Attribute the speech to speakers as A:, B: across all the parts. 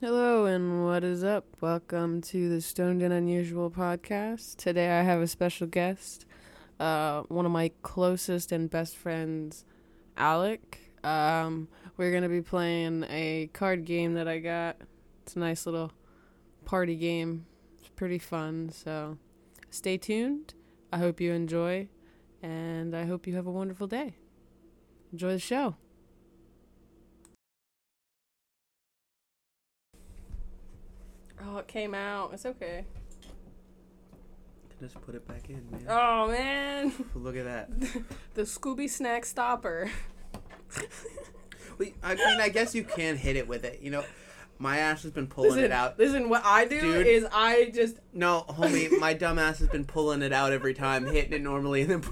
A: Hello, and what is up? Welcome to the Stoned and Unusual podcast. Today I have a special guest, uh, one of my closest and best friends, Alec. Um, we're going to be playing a card game that I got. It's a nice little party game, it's pretty fun. So stay tuned. I hope you enjoy, and I hope you have a wonderful day. Enjoy the show. Oh, it came out. It's okay.
B: Just put it back in, man.
A: Oh, man.
B: Look at that.
A: The Scooby Snack Stopper.
B: Wait, I mean, I guess you can hit it with it. You know, my ass has been pulling it out.
A: Listen, what I do
B: Dude.
A: is I just.
B: No, homie, my dumb ass has been pulling it out every time, hitting it normally, and then.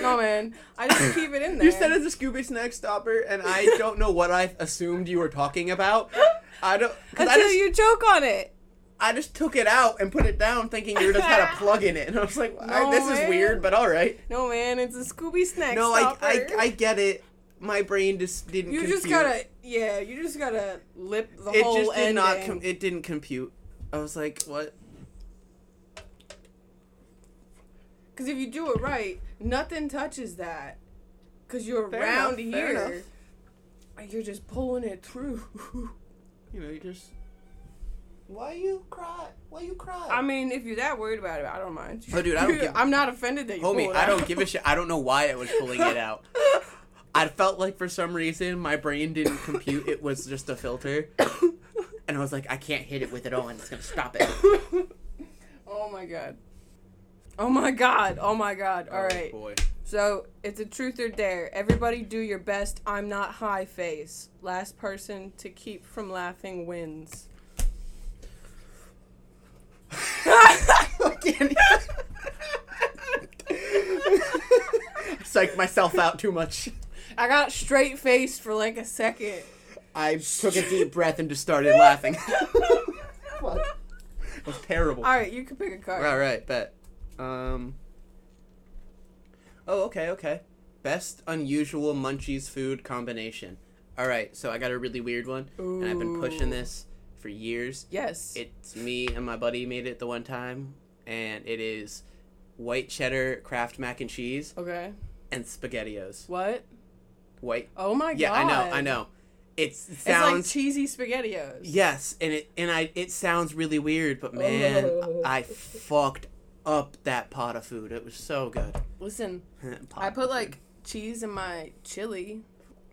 A: No, man. I just keep it in there.
B: you said it's a Scooby snack stopper, and I don't know what I assumed you were talking about. I don't. Cause I
A: Until
B: just,
A: you choke on it.
B: I just took it out and put it down, thinking you just had a plug in it, and I was like, "Alright, "This
A: man.
B: is weird, but all right."
A: No, man. It's a Scooby Snack
B: No, I,
A: Stopper.
B: I, I get it. My brain just didn't.
A: You just
B: compute.
A: gotta. Yeah, you just gotta lip the
B: it
A: whole
B: just did
A: ending.
B: not com- it didn't compute i was like what
A: Because if you do it right, nothing touches that. Because you're
B: Fair
A: around
B: enough,
A: here.
B: fair enough.
A: And you're just pulling it through.
B: you know you just why you cry why you cry
A: I mean, if you're that worried about it, I don't mind.
B: Oh, dude, I don't give-
A: I'm not offended that you
B: homie
A: pulled
B: i don't
A: out.
B: give a shit i don't know why it was pulling it out i felt like for some reason my brain didn't compute it was just a filter and i was like i can't hit it with it all and it's gonna stop it
A: Oh my god. Oh my god. Oh my god. All right.
B: boy
A: So it's a truth or dare. Everybody do your best. I'm not high face. Last person to keep from laughing wins.
B: psyched myself out too much
A: I got straight faced for like a second.
B: i took a deep breath and just started laughing Fuck. it was terrible
A: All right, you can pick a card.
B: All right, bet. Um. Oh, okay, okay. Best unusual munchies food combination. All right, so I got a really weird one, and I've been pushing
A: Ooh.
B: this for years.
A: Yes.
B: It's me and my buddy made it the one time, and it is white cheddar Kraft mac and cheese
A: okay.
B: and Spaghettios.
A: What?
B: White.
A: Oh my
B: Yeah,
A: god.
B: I know, I know. It's, it
A: It's like
B: sounds
A: cheesy spaghettios.
B: Yes, and it and I it sounds really weird, but man, I I fucked up that pot of food. It was so good.
A: Listen,
B: Pot
A: I
B: of
A: put
B: food.
A: like cheese in my chili,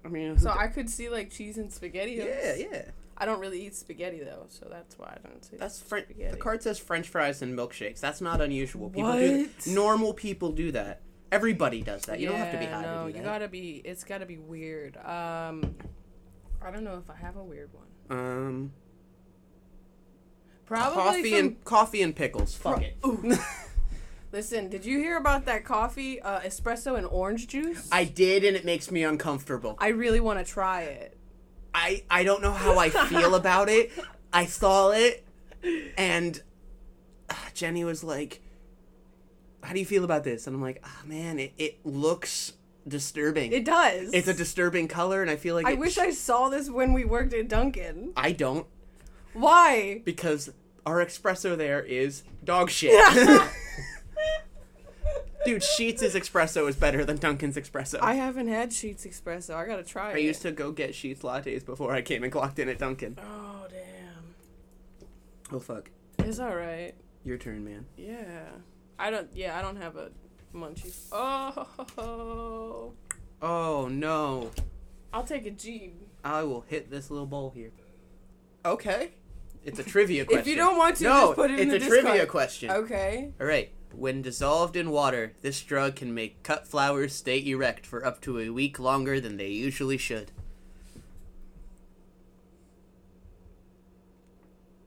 B: I mean,
A: so I could see like cheese and spaghettios.
B: yeah, yeah.
A: I don't really eat spaghetti though, so that's why I don't say
B: That's French. The
A: Spaghetti.
B: card says French fries and milkshakes. That's not unusual. People do
A: What?
B: normal people do that. Everybody does that. You don't have to be
A: Yeah,
B: high
A: No,
B: to do
A: you
B: that.
A: gotta be. It's gotta be weird. Um, I don't know if I have a weird one.
B: um,
A: Probably
B: coffee
A: from-
B: and coffee and pickles. Fuck it.
A: Listen, did you hear about that coffee, uh, espresso and orange juice?
B: I did, and it makes me uncomfortable.
A: I really want to try it.
B: I I don't know how I feel about it. I saw it, and uh, Jenny was like, "How do you feel about this?" And I'm like, "Ah, man, it, it looks disturbing.
A: It does.
B: it's a disturbing color, and I feel like
A: I
B: it
A: wish
B: sh-
A: I saw this when we worked at Dunkin'.
B: I don't
A: Why?
B: because our espresso there is dog shit." Dude, Sheets' espresso is better than Dunkin's espresso.
A: I
B: I,
A: haven't had Sheets espresso. I gotta try it.
B: used to go get Sheets lattes before I came and clocked in at Dunkin'.
A: Oh damn.
B: Oh fuck,
A: It's all right.
B: your turn, man.
A: Yeah. I don't. Yeah, I don't have a munchies. Oh.
B: Oh no.
A: I'll take a jeep.
B: I will hit this little bowl here. Okay. It's a trivia question.
A: If you don't want to,
B: no,
A: just put it
B: it's
A: in the
B: a
A: discard.
B: trivia question.
A: Okay.
B: All right. When dissolved in water, this drug can make cut flowers stay erect for up to a week longer than they usually should.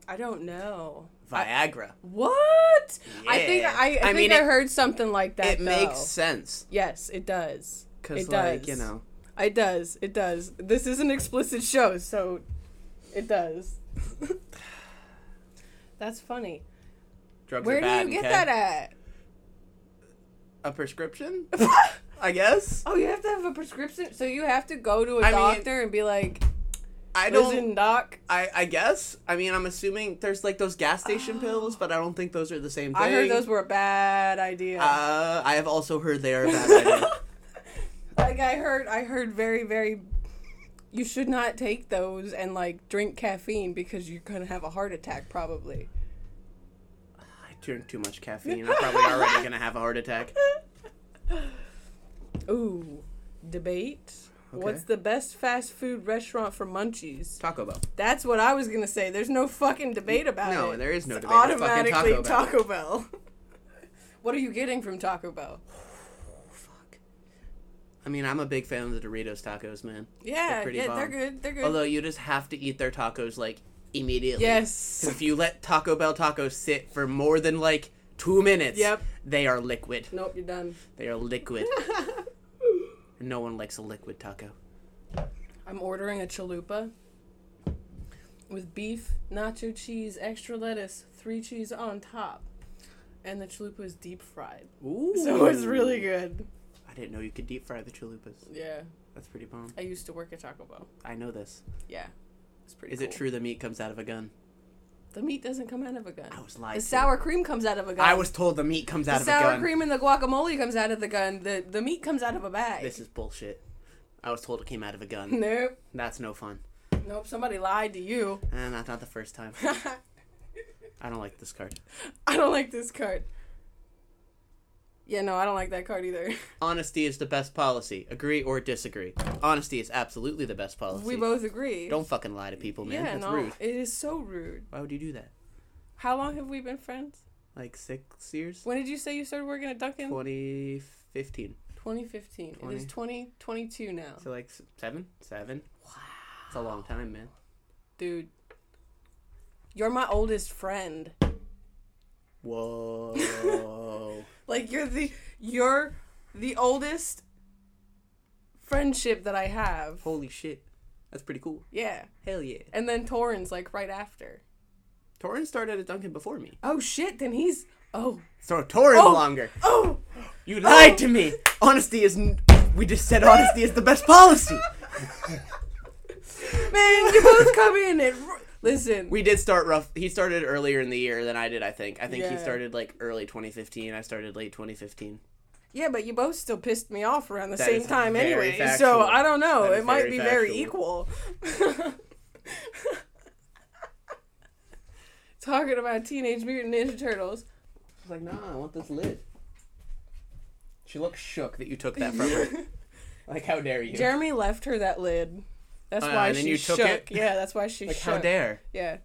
A: I don't know.
B: Viagra.
A: What? I think
B: Yeah.
A: I. I,
B: I
A: think
B: mean,
A: I
B: it-
A: heard something like that.
B: it makes
A: though.
B: sense
A: Yes, it does.
B: because,
A: It
B: like,
A: does.
B: you know,
A: It does. It does. This is an explicit show, so it does. That's funny.
B: drugs
A: Where
B: are
A: do
B: bad.
A: you get
B: okay?
A: that at?
B: A prescription? I guess.
A: Oh, you have to have a prescription, so you have to go to a
B: I mean-
A: doctor and be like,
B: I don't.
A: Listen, Doc.
B: I, I guess. I mean, I'm assuming there's like those gas station pills, but I don't think those are the same thing.
A: Oh. I heard those were a bad idea.
B: Uh, I have also heard they are a bad idea.
A: like I heard, I heard very, very. You should not take those and like drink caffeine because you're gonna have a heart attack probably.
B: I drink too much caffeine. I'm probably already gonna have a heart attack.
A: Ooh, debate.
B: Okay.
A: What's the best fast food restaurant for munchies?
B: Taco Bell.
A: That's what I was gonna say. There's no fucking debate about
B: No,
A: it.
B: there is no
A: It's
B: debate. It's fucking
A: Automatically,
B: Taco Bell.
A: Taco Bell. what are you getting from Taco Bell?
B: Fuck. I mean, I'm a big fan of the Doritos tacos, man.
A: Yeah,
B: pretty
A: yeah,
B: bomb.
A: they're good. They're good.
B: Although you just have to eat their tacos like immediately.
A: yes.
B: 'Cause If you let Taco Bell tacos sit for more than like two minutes,
A: Yep.
B: they are liquid.
A: Nope, you're done.
B: They are liquid. no one likes a liquid taco.
A: I'm ordering a chalupa with beef, nacho cheese, extra lettuce, three cheese on top. And the chalupa is deep fried.
B: Ooh.
A: So it's really good.
B: I didn't know you could deep fry the chalupas.
A: Yeah.
B: That's pretty bomb.
A: I used to work at Taco Bell.
B: I know this.
A: Yeah. It's pretty
B: Is it
A: cool.
B: true the meat comes out of a gun?
A: The meat doesn't come out of a gun.
B: I was lied
A: The
B: to.
A: sour cream comes out of a gun.
B: I was told the meat comes
A: the
B: out of
A: sour
B: a gun.
A: cream and the guacamole comes out of the gun. The the meat comes out of a bag.
B: This is bullshit. I was told it came out of a gun.
A: nope.
B: That's no fun.
A: Nope. Somebody lied to you.
B: And that's not the first time. I don't like this card.
A: I don't like this card. Yeah, no, I don't like that card either.
B: Honesty is the best policy. Agree or disagree. Honesty is absolutely the best policy.
A: We both agree.
B: don't fucking lie to people, man.
A: yeah,
B: That's
A: no,
B: rude.
A: it is so rude.
B: Why would you do that?
A: How long have we been friends?
B: Like six years?
A: When did you say you started working at Dunkin'?
B: 2015.
A: 2015. It is 2022 now,
B: So like s- seven? Seven? Wow. It's a long time, man.
A: dude. You're my oldest friend.
B: Whoa.
A: Like you're the you're the oldest friendship that I have.
B: Holy shit. That's pretty cool.
A: Yeah.
B: Hell yeah.
A: And then Torrin's like right after.
B: Torrin started at Duncan before me.
A: Oh shit, then he's oh
B: So Torrin's
A: Oh.
B: longer.
A: oh
B: You lied to me. Honesty is. N- we just said honesty is the best policy.
A: man, you both come in and listen.
B: We did start rough. He started earlier in the year than I did. I think. I think he
A: Yeah.
B: started like early 2015. I started late 2015.
A: yeah, but you both still pissed me off around the
B: That
A: same
B: is
A: time
B: very
A: anyway. So
B: factual.
A: I don't know.
B: That is
A: It might
B: very
A: be very equal. Talking about Teenage Mutant Ninja Turtles.
B: I was like, nah, I want this lid. She looked shook that you took that from her. like, how dare you?
A: Jeremy left her that lid. That's
B: Oh,
A: why
B: and
A: she
B: then you
A: shook.
B: took it?
A: Yeah, that's why she
B: like,
A: shook.
B: how dare?
A: Yeah.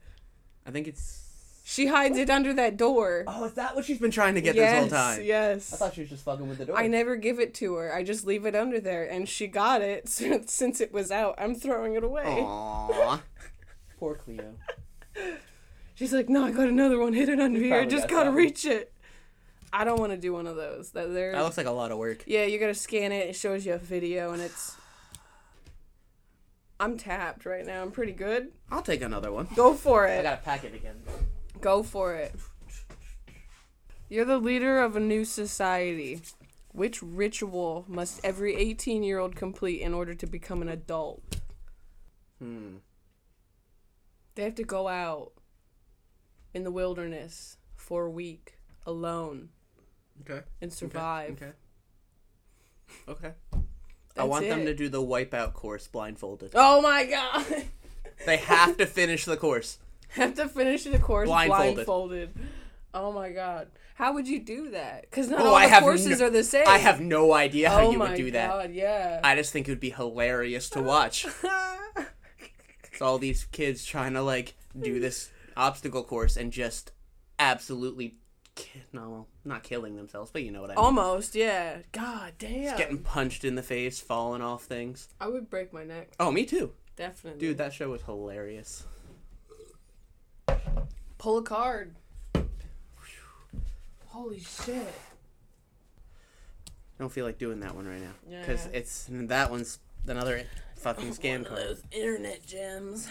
B: I think it's.
A: She hides it under that door.
B: Oh, is that what she's been trying to get
A: yes,
B: this whole time? I
A: yes.
B: thought she was just fucking with the door.
A: I never give it to her. I just leave it under there, and she got it since since it was out. I'm throwing it away.
B: Aww. Poor Cleo.
A: She's like, "No, I got another one hidden under here. I
B: probably
A: just
B: got
A: gotta
B: some.
A: reach it." I don't want to do one of those. That there.
B: That looks like a lot of work.
A: yeah, you gotta scan it. It shows you a video, and it's. I'm tapped right now. I'm pretty good.
B: I'll take another one.
A: Go for
B: I
A: it.
B: gotta pack it again.
A: Go for it. You're the leader of a new society. Which ritual must every 18 year old complete in order to become an adult?
B: Hmm.
A: They have to go out in the wilderness for a week alone
B: Okay.
A: and survive.
B: Okay. Okay. I
A: That's
B: want
A: it.
B: them to do the wipeout course blindfolded.
A: Oh my god!
B: They have to finish the course.
A: have to finish the course blindfolded.
B: Blindfolded.
A: Oh my god. How would you do that? Because not
B: Oh,
A: all
B: I
A: the
B: have
A: courses
B: no-
A: are the same.
B: I have no idea how
A: oh
B: you
A: my
B: would do that.
A: god, yeah.
B: I just think it would be hilarious to watch. It's all these kids trying to like do this obstacle course and just absolutely ki- no, not killing themselves, but you know what I
A: Oh
B: mean.
A: Almost, yeah. God damn.
B: Getting punched in the face, falling off things.
A: I would break my neck,
B: Oh, me too.
A: definitely.
B: Dude, that show was hilarious.
A: Pull a card. Holy shit.
B: I don't feel like doing that one right now
A: Yeah.
B: because it's that one's another fucking scam card.
A: Those internet gems.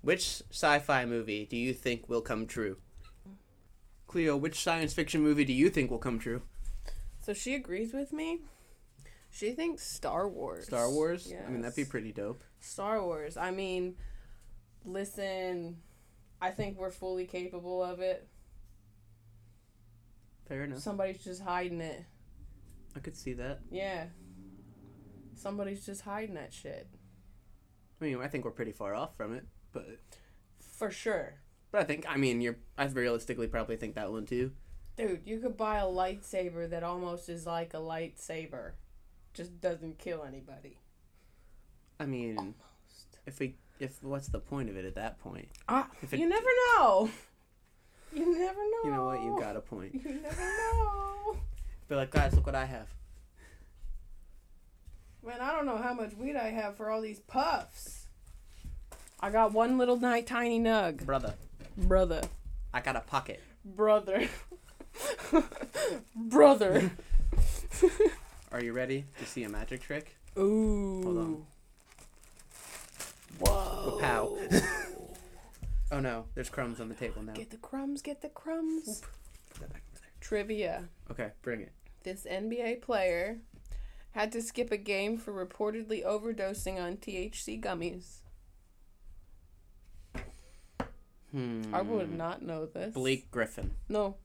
B: Which sci-fi movie do you think will come true? Cleo, which science fiction movie do you think will come true?
A: So she agrees with me, She thinks Star Wars.
B: Star Wars? I mean, that'd be
A: Yes.
B: pretty dope.
A: Star Wars. I mean, listen, I think we're fully capable of it.
B: Fair enough.
A: Somebody's just hiding it.
B: I could see that.
A: Yeah. Somebody's just hiding that shit.
B: I mean, I think we're pretty far off from it, but
A: For sure.
B: but I think I mean you're I realistically probably think that one too.
A: Dude, you could buy a lightsaber that almost is like a lightsaber. Just doesn't kill anybody.
B: I mean, if we if what's the point of it at that point?
A: Ah,
B: If it-
A: you never know. You never know.
B: You know what? You got a point.
A: You never know.
B: Be like, guys, look what I have.
A: Man, I don't know how much weed I have for all these puffs. I got one little night tiny nug.
B: Brother,
A: Brother.
B: I got a pocket.
A: Brother. Brother.
B: Are you ready to see a magic trick?
A: Ooh.
B: Hold on.
A: Whoa.
B: Pow. oh no, there's crumbs on the table now.
A: Get the crumbs, get the crumbs.
B: Put that back over there.
A: Trivia.
B: Okay, bring it.
A: This NBA player had to skip a game for reportedly overdosing on THC gummies.
B: Hmm.
A: I would not know this.
B: Blake Griffin.
A: No.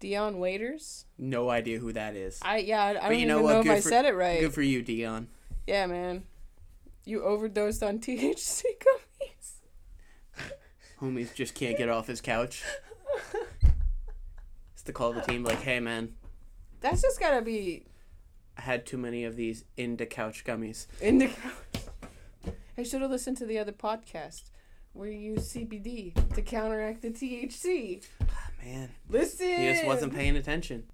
A: Dion Waiters.
B: No idea who that is.
A: I yeah, I, I don't
B: you
A: even
B: know
A: know,
B: what?
A: if
B: Good
A: I
B: for-
A: said it right.
B: Good for you, Dion.
A: yeah, man. You overdosed on THC gummies.
B: Homies just can't get off his couch. It's to call the team like, hey man,
A: That's just gotta be
B: I had too many of these into couch gummies.
A: in the I should have listened to the other podcast where you use CBD to counteract the THC.
B: Ah, Man,
A: Listen.
B: he just wasn't paying attention.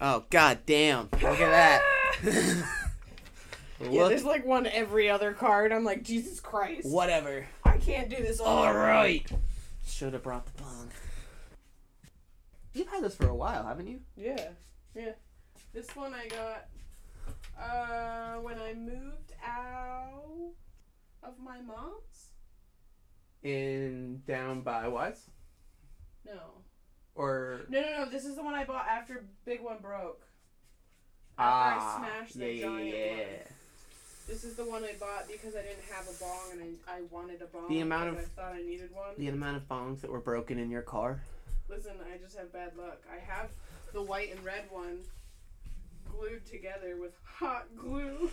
B: Oh god damn! Look at that.
A: Yeah,
B: Look,
A: there's like one every other card. I'm like, Jesus Christ.
B: whatever.
A: I can't do this all.
B: All right. Should have brought the bong. You've had this for a while, haven't you?
A: Yeah, yeah. This one I got uh, when I moved out of my mom's.
B: In down by what?
A: No.
B: Or
A: No, no, no. This is the one I bought after Big One broke. After I smashed the giant one. This is the one I bought because I didn't have a bong and I, I wanted a bong.
B: The amount
A: because
B: of-
A: I thought I needed one.
B: The amount of bongs that were broken in your car.
A: Listen, I just have bad luck. I have the white and red one glued together with hot glue.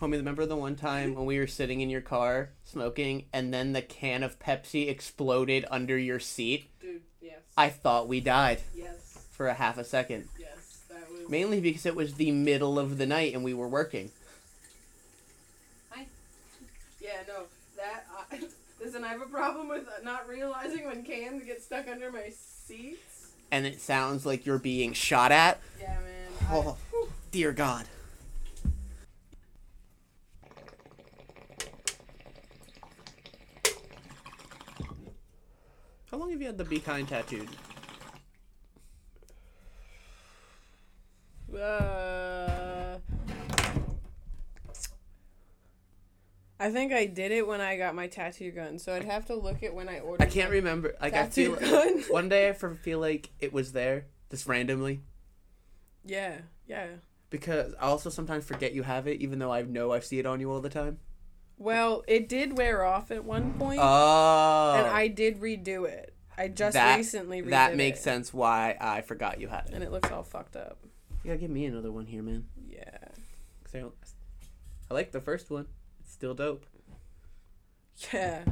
B: Homie, remember the one time when we were sitting in your car smoking and then the can of Pepsi exploded under your seat?
A: Dude, yes.
B: I thought we died
A: yes,
B: for a half a second.
A: yes. That was.
B: Mainly because it was the middle of the night and we were working.
A: Yeah, no. That. I, listen, I have a problem with not realizing when cans get stuck under my seats.
B: And it sounds like you're being shot at.
A: Yeah, man. I-
B: Oh, dear God. How long have you had the Be Kind tattooed?
A: Uh, I think I did it when I got my tattoo gun, so I'd have to look at when I ordered.
B: I can't
A: my
B: remember. Like I
A: tattoo
B: feel
A: gun.
B: one day I for- feel like it was there just randomly
A: yeah, yeah.
B: because I also sometimes forget you have it, even though I know I see it on you all the time.
A: Well, it did wear off at one point,
B: Oh,
A: and I did redo it. I just
B: That-
A: recently redid
B: that makes
A: it,
B: sense why I forgot you had it.
A: and it looks all fucked up.
B: You gotta give me another one here, man.
A: Yeah.
B: 'Cause I, don't- I like the first one. It's still dope.
A: Yeah.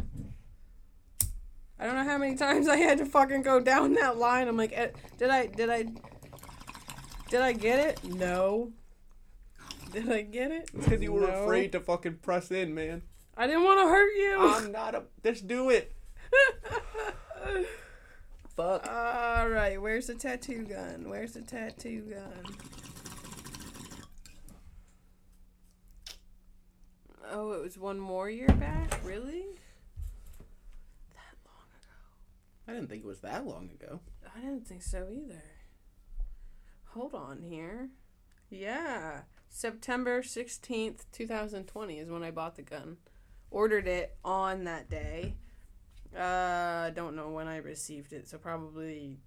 A: I don't know how many times I had to fucking go down that line. I'm like, eh, did I did I did I get it? No. Did I get it?
B: Because you were
A: No.
B: afraid to fucking press in, man.
A: I didn't want to hurt
B: I'm
A: you.
B: not a. Just do it. Fuck.
A: All right, where's the tattoo gun? Where's the tattoo gun? Oh, it was one more year back. Really?
B: I didn't think it was that long ago.
A: I didn't think so either. Hold on here. Yeah. September 16th, 2020 is when I bought the gun. Ordered it on that day. Uh, don't know when I received it, so probably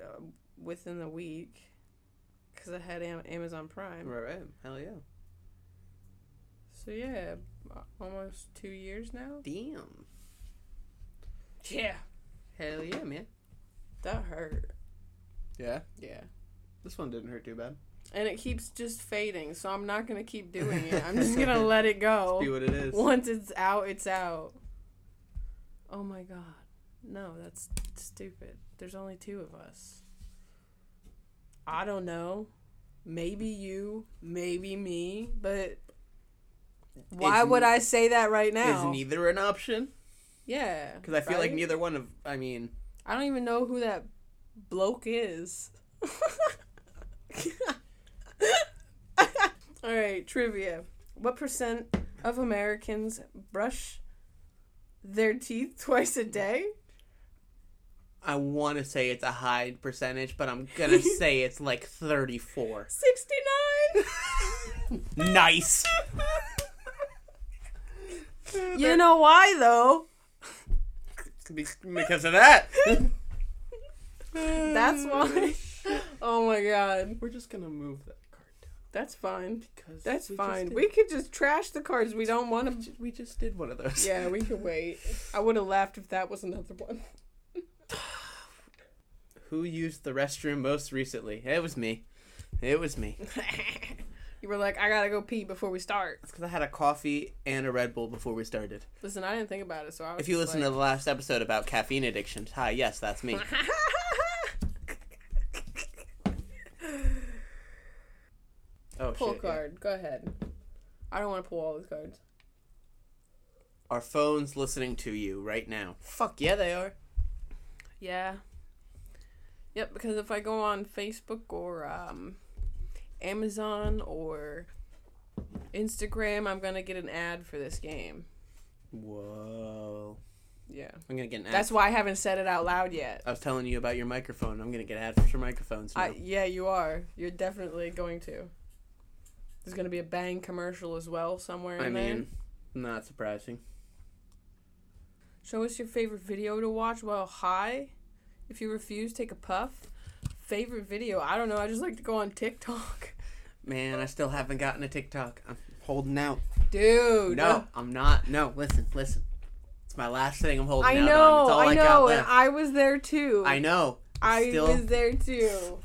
A: uh, within the um, week. because I had Am- Amazon Prime.
B: Right, right. Hell yeah.
A: So yeah, a- almost two years now.
B: Damn.
A: Yeah,
B: Hell yeah, man.
A: that hurt.
B: Yeah.
A: Yeah,
B: This one didn't hurt too bad.
A: and it keeps just fading, so I'm not gonna keep doing it. I'm just gonna let it go.
B: Be what it is.
A: Once it's out, it's out. Oh my god. No, that's stupid. There's only two of us. I don't know. Maybe you, maybe me, but why
B: Isn't-
A: would I say that right
B: Is
A: now?
B: neither an option?
A: yeah.
B: Because I feel like
A: right?
B: neither one of. I mean,
A: I don't even know who that bloke is. All right, trivia. What percent of Americans brush their teeth twice a day?
B: I want to say it's a high percentage, but I'm gonna say it's like 34.
A: 69?
B: Nice.
A: you know why, though?
B: Be- because of that.
A: That's why. Oh my god.
B: We're just gonna move that card down
A: That's fine.
B: because
A: That's
B: we just
A: fine.
B: did-
A: We could just trash the cards. We don't want to.
B: we just did one of those.
A: Yeah, we could wait. I would have laughed if that was another one.
B: Who used the restroom most recently? It was me. It was me.
A: you were like, I gotta go pee before we start.
B: It's because I had a coffee and a Red Bull before we started.
A: Listen, I didn't think about it, so I was.
B: If you listen to the last episode about caffeine addiction, hi, yes, that's me. Oh
A: pull
B: shit. yeah.
A: card, go ahead. I don't want to pull all those cards.
B: Our phones listening to you right now. Fuck yeah, they are.
A: Yeah. Yep, because if I go on Facebook or um, Amazon or Instagram, I'm gonna get an ad for this game.
B: Whoa.
A: Yeah.
B: I'm gonna get an ad.
A: That's why I haven't said it out loud yet.
B: I was telling you about your microphone. I'm gonna get an ad for your microphones. Now.
A: I, yeah, you are. You're definitely going to. There's gonna be a bang commercial as well somewhere in
B: I
A: there.
B: mean, not surprising.
A: Show us your favorite video to watch while high. If you refuse, take a puff. Favorite video? I don't know. I just like to go on TikTok.
B: Man, I still haven't gotten a TikTok. I'm holding out.
A: Dude.
B: No, I'm not. No, listen, listen. It's my last thing I'm holding
A: I
B: out on.
A: know.
B: It's all I,
A: I,
B: got
A: know. And
B: left.
A: I was there too.
B: I know.
A: I
B: still,
A: was there too.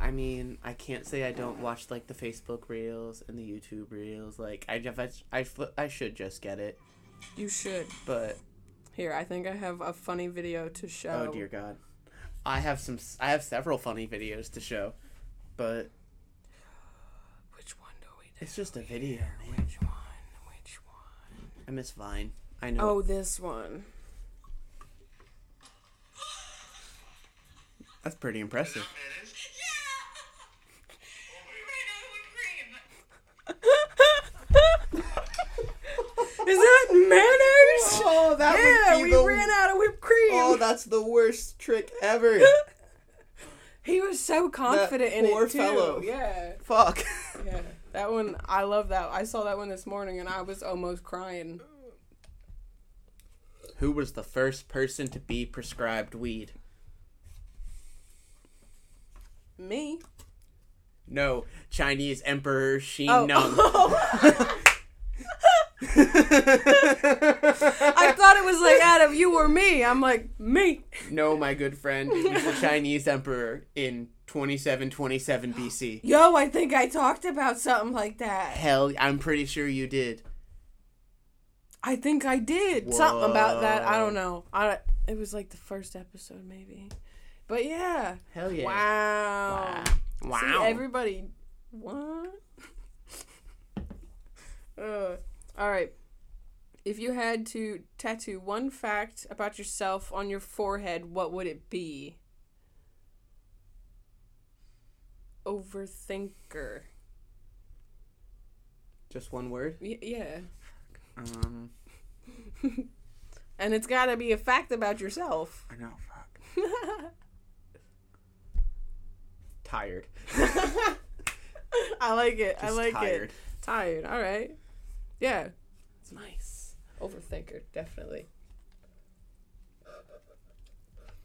B: I mean, I can't say I don't watch like the Facebook reels and the YouTube reels. Like, I just, I, I, fl- I should just get it,
A: You should.
B: but
A: Here, I think I have a funny video to show.
B: Oh dear God, I have some. I have several funny videos to show, but
A: Which one do we do?
B: it's just a video. man.
A: Which one? Which one?
B: I miss Vine. I know.
A: Oh, this one.
B: That's pretty impressive.
A: Is that manners?
B: Oh, that
A: yeah, we ran out of whipped cream.
B: Oh, that's the worst trick ever.
A: He was so confident in
B: poor
A: it too.
B: fellow.
A: Yeah,
B: Fuck.
A: yeah. That one, I love that. I saw that one this morning, and I was almost crying.
B: Who was the first person to be prescribed weed?
A: Me?
B: No, Chinese Emperor Xin
A: Oh. I
B: Nung.
A: thought it was like Adam, you or me. I'm like me.
B: no, my good friend, he was the Chinese Emperor in 2727 BC.
A: Yo, I think I talked about something like that.
B: Hell, I'm pretty sure you did.
A: I think I did something about that. I don't
B: Whoa.
A: know. I it was like the first episode maybe, but yeah.
B: Hell yeah.
A: Wow.
B: Wow.
A: See, everybody. What? uh, all right. If you had to tattoo one fact about yourself on your forehead, what would it be? Overthinker.
B: Just one word?
A: Y- yeah.
B: Um,
A: And it's got to be a fact about yourself.
B: I know, fuck. Tired.
A: I like it. I
B: Just
A: like
B: tired.
A: it. Tired. All right. Yeah.
B: It's nice.
A: Overthinker, definitely.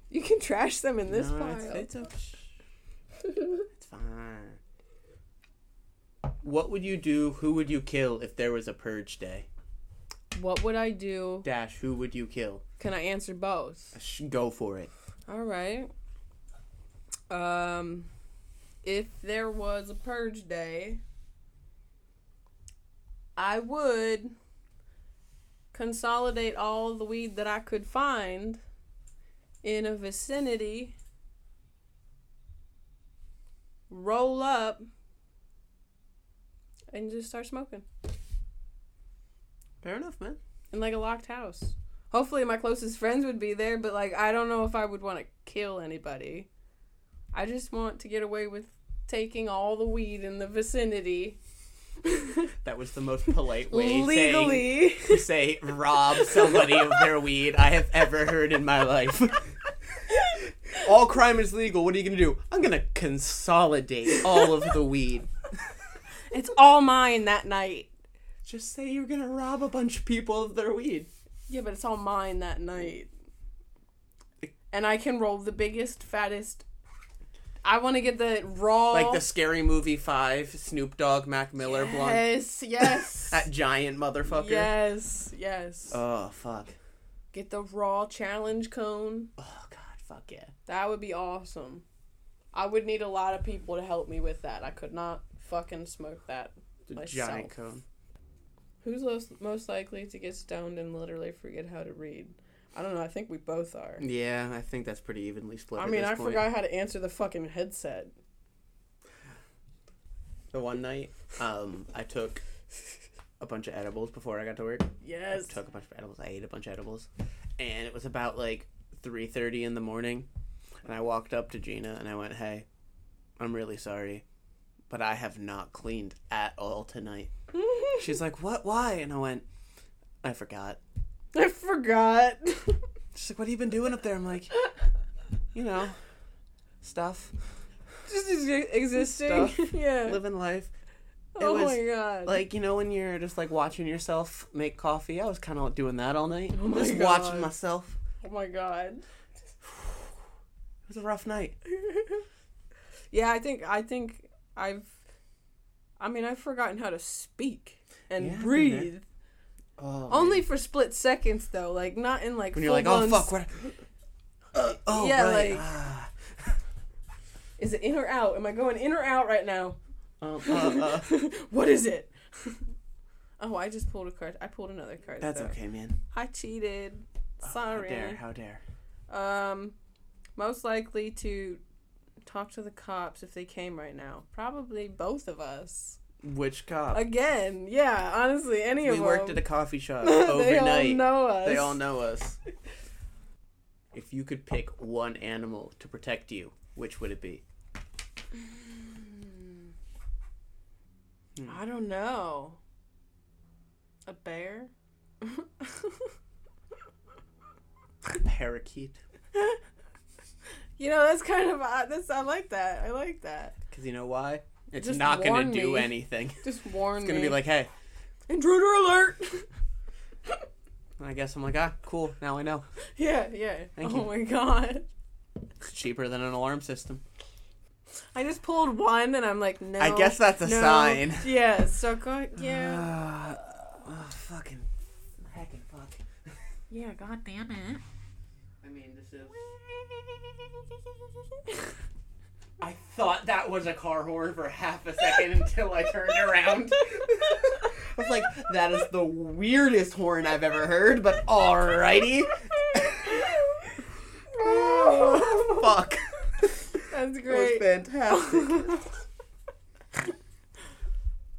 A: You can trash them in this
B: no,
A: file.
B: It's, it's, okay. it's fine. What would you do? Who would you kill if there was a purge day?
A: What would I do?
B: Dash, who would you kill?
A: Can I answer both?
B: Sh- Go for it.
A: All right. Um, if there was a purge day, I would consolidate all the weed that I could find in a vicinity, roll up, and just start smoking
B: Fair enough, man.
A: in like a locked house. Hopefully, my closest friends would be there, but like I don't know if I would want to kill anybody. I just want to get away with taking all the weed in the vicinity
B: That was the most polite way saying,
A: legally.
B: to say rob somebody of their weed I have ever heard in my life. all crime is legal. What are you going to do? I'm going to consolidate all of the weed.
A: it's all mine that night.
B: Just say you're going to rob a bunch of people of their weed.
A: Yeah, but it's all mine that night. And I can roll the biggest, fattest. I want to get the raw.
B: Like the scary movie 5 Snoop Dogg Mac Miller blunt.
A: Oh. Yes, yes.
B: That giant motherfucker.
A: yes, yes.
B: Oh, fuck.
A: get the raw challenge cone.
B: Oh, God. Fuck yeah.
A: That would be awesome. I would need a lot of people to help me with that. I could not fucking smoke that.
B: The
A: Myself.
B: giant cone.
A: Who's los- most likely to get stoned and literally forget how to read? I don't know. I think we both are.
B: Yeah, I think that's pretty evenly split.
A: I
B: at
A: mean,
B: this
A: I
B: point.
A: forgot how to answer the fucking headset.
B: The one night, um, I took a bunch of edibles before I got to work.
A: Yes.
B: took a bunch of edibles. I ate a bunch of edibles, and it was about like three thirty in the morning, and I walked up to Gina and I went, "Hey, I'm really sorry, but I have not cleaned at all tonight." She's like, "What? Why?" And I went, "I forgot."
A: I forgot.
B: She's like, "What have you been doing up there?" I'm like, "You know, stuff,
A: Just ex- existing.
B: Stuff.
A: yeah.
B: living life." It
A: oh
B: was
A: my god.
B: like you know when you're just like watching yourself make coffee. I was kind of doing that all night,
A: Oh my
B: just
A: God.
B: watching myself.
A: oh my god.
B: It was a rough night.
A: yeah, I think I think I've. I mean, I've forgotten how to speak and
B: Yeah, I've been
A: breathe.
B: Oh,
A: Only for split seconds though, like not in like.
B: when you're like, oh
A: full-blown
B: fuck,
A: s-
B: what? Uh, oh
A: Yeah,
B: right.
A: like-
B: ah.
A: Is it in or out? Am I going in or out right now?
B: Um, uh, uh,
A: what is it? oh, I just pulled a card. I pulled another card.
B: that's
A: though.
B: okay, man. Uh,
A: I cheated.
B: How dare?
A: Sorry.
B: How dare?
A: um, most likely to talk to the cops if they came right now. Probably both of us.
B: Which cop?
A: Again, yeah. Honestly, any of
B: Uh. we
A: them.
B: worked at a coffee shop
A: they all
B: overnight.
A: know us.
B: They all know us. if you could pick one animal to protect you, which would it be?
A: I don't know. A bear?
B: Parakeet.
A: You know, that's kind of uh, that's. I like that. I like that.
B: Because you know why? It's
A: Just
B: not gonna
A: warn
B: do
A: me.
B: anything.
A: Just warn
B: It's gonna
A: me.
B: be like, hey.
A: intruder alert.
B: And I guess I'm like, ah, cool. Now I know.
A: yeah, yeah.
B: Thank
A: oh
B: you.
A: my god.
B: It's cheaper than an alarm system.
A: I just pulled one, and I'm like, no.
B: I guess that's a
A: no.
B: sign.
A: Yeah. So go. Yeah.
B: Uh, oh, fucking, heckin' fuck.
A: yeah. God damn it.
B: I mean, this is. I thought that was a car horn for half a second until I turned around. I was like, that is the weirdest horn I've ever heard, but alrighty. Oh, fuck.
A: That's
B: That was
A: great.
B: fantastic.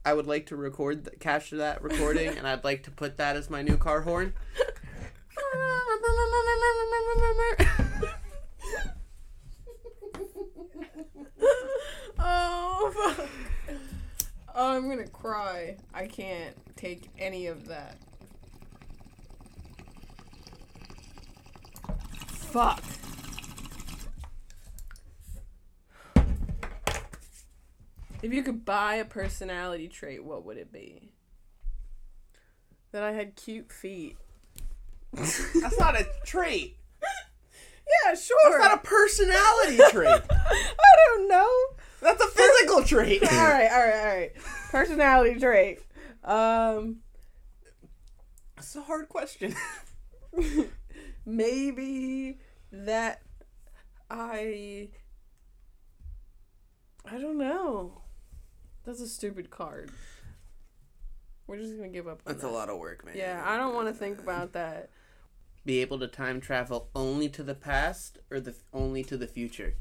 B: I would like to record, th- capture that recording, and I'd like to put that as my new car horn.
A: oh fuck. Oh, I'm gonna cry. I can't take any of that. Fuck. If you could buy a personality trait, what would it be? That I had cute feet.
B: That's not a trait.
A: Yeah, sure.
B: That's not a personality trait.
A: I don't know.
B: That's a physical trait.
A: all right, all right, all right. Personality trait. Um,
B: It's a hard question.
A: maybe that I. I don't know. That's a stupid card. We're just gonna give up on
B: That's a
A: that.
B: lot of work, man.
A: Yeah, I don't want to think about that.
B: Be able to time travel only to the past or the only to the future.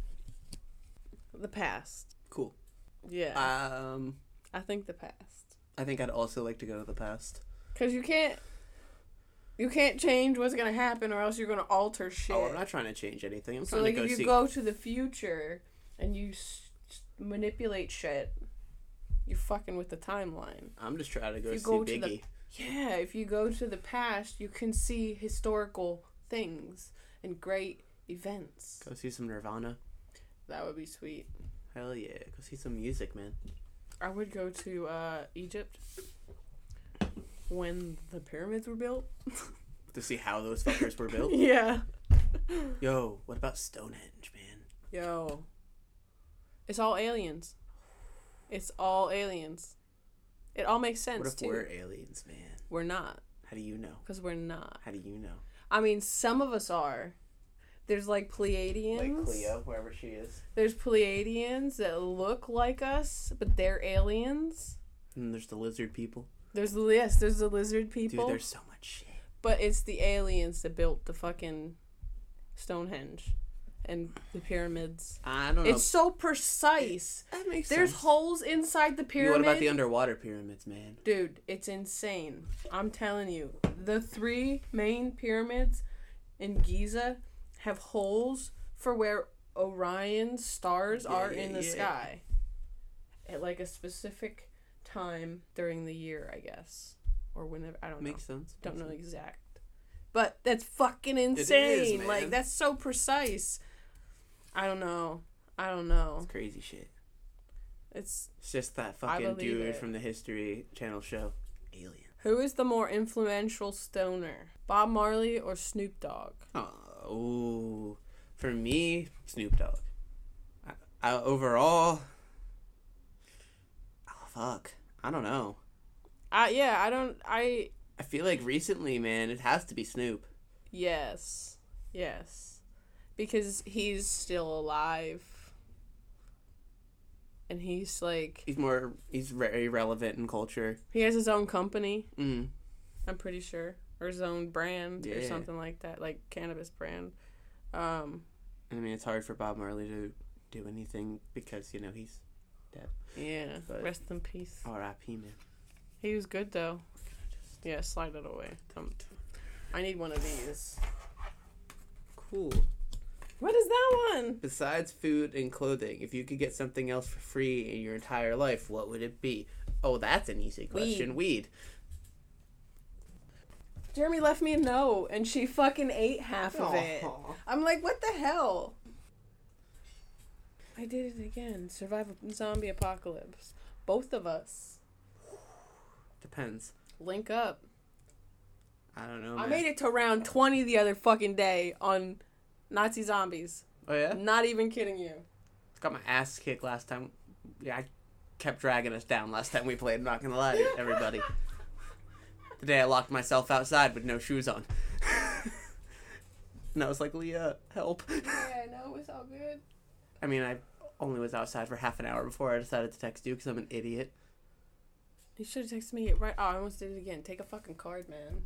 A: The past.
B: Cool.
A: Yeah,
B: Um,
A: I think the past.
B: I think I'd also like to go to the past.
A: Cause you can't. You can't change what's gonna happen, or else you're gonna alter shit.
B: Oh, I'm not trying to change anything. I'm
A: So
B: trying
A: like
B: to go
A: if you
B: see.
A: go to the future and you s- s- manipulate shit, you're fucking with the timeline.
B: I'm just trying to go
A: you
B: see
A: go to the-
B: Biggie.
A: Yeah, if you go to the past, you can see historical things and great events.
B: Go see some Nirvana.
A: That would be sweet.
B: Hell yeah. Go see some music, man.
A: I would go to uh, Egypt when the pyramids were built.
B: To see how those fuckers were built.
A: Yeah.
B: Yo, what about Stonehenge, man?
A: Yo. It's all aliens. It's all aliens. It all makes sense
B: What if
A: too.
B: we're aliens, man?
A: we're not
B: How do you know?
A: because we're not.
B: How do you know?
A: I mean, some of us are. There's like Pleiadians.
B: Like Cleo, wherever she is.
A: There's Pleiadians that look like us, but they're aliens.
B: And there's the lizard people.
A: There's the yes, there's the lizard
B: Dude,
A: people,
B: there's so much shit.
A: but it's the aliens that built the fucking Stonehenge and the pyramids.
B: I don't know.
A: It's so precise.
B: that makes
A: There's
B: sense.
A: holes inside the
B: Yo,
A: pyramid.
B: what about the underwater pyramids, man?
A: Dude, it's insane. I'm telling you. The three main pyramids in Giza have holes for where Orion's stars
B: Yeah,
A: are
B: yeah,
A: in the
B: yeah.
A: sky. At like a specific time during the year, I guess. Or whenever I don't
B: Makes sense.
A: know. Don't
B: Makes
A: know
B: sense.
A: exact. But that's fucking insane.
B: man.
A: like that's so precise. I don't know. I don't know.
B: It's crazy shit.
A: It's
B: It's just that fucking
A: believe
B: dude
A: it.
B: from the History Channel show. Alien.
A: Who is the more influential stoner, Bob Marley or Snoop Dogg?
B: Oh, ooh. for me, Snoop Dogg. I, I, overall, oh fuck, I don't know.
A: I yeah, I don't. I
B: I feel like recently, man, it has to be Snoop.
A: yes, yes, because he's still alive, and he's like
B: He's more, he's very relevant in culture.
A: he has his own company.
B: Mm.
A: I'm pretty sure, or his own brand or
B: Yeah.
A: something like that, like cannabis brand. Um,
B: I mean, it's hard for Bob Marley to do anything because you know he's
A: yeah.
B: But-
A: Rest in peace.
B: R.I.P. Man.
A: He was good though.
B: Just
A: Yeah, slide it away. Um, I need one of these.
B: cool.
A: What is that one?
B: Besides food and clothing, if you could get something else for free in your entire life, what would it be? Oh, that's an easy question. Weed.
A: Jeremy left me a note and she fucking ate half of it.
B: Aw.
A: I'm like, what the hell? I did it again. Survive a zombie apocalypse. Both of us
B: Depends.
A: link up.
B: I don't know.
A: I
B: Oh, man.
A: made it to round 20 the other fucking day on Nazi zombies.
B: Oh yeah,
A: Not even kidding you.
B: got my ass kicked last time. Yeah, I kept dragging us down last time we played. I'm not gonna lie, to everybody. Today I locked myself outside with no shoes on, and I was like, "Leah, help!"
A: Yeah, no, it's all good.
B: I mean, I only was outside for half an hour before I decided to text you because I'm an idiot.
A: You should have texted me right. Oh, I almost did it again. Take a fucking card, man.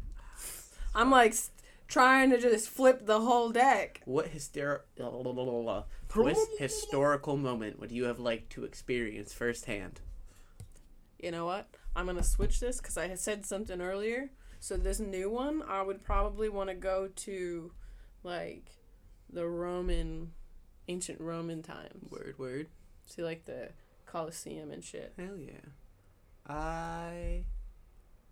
A: I'm like s trying to just flip the whole deck.
B: What hysteri- what historical moment would you have liked to experience firsthand?
A: you know what? I'm gonna switch this because I had said something earlier. So this new one, I would probably want to go to, like, the Roman, ancient Roman times.
B: Word, word.
A: See, like the Colosseum and shit.
B: Hell yeah. I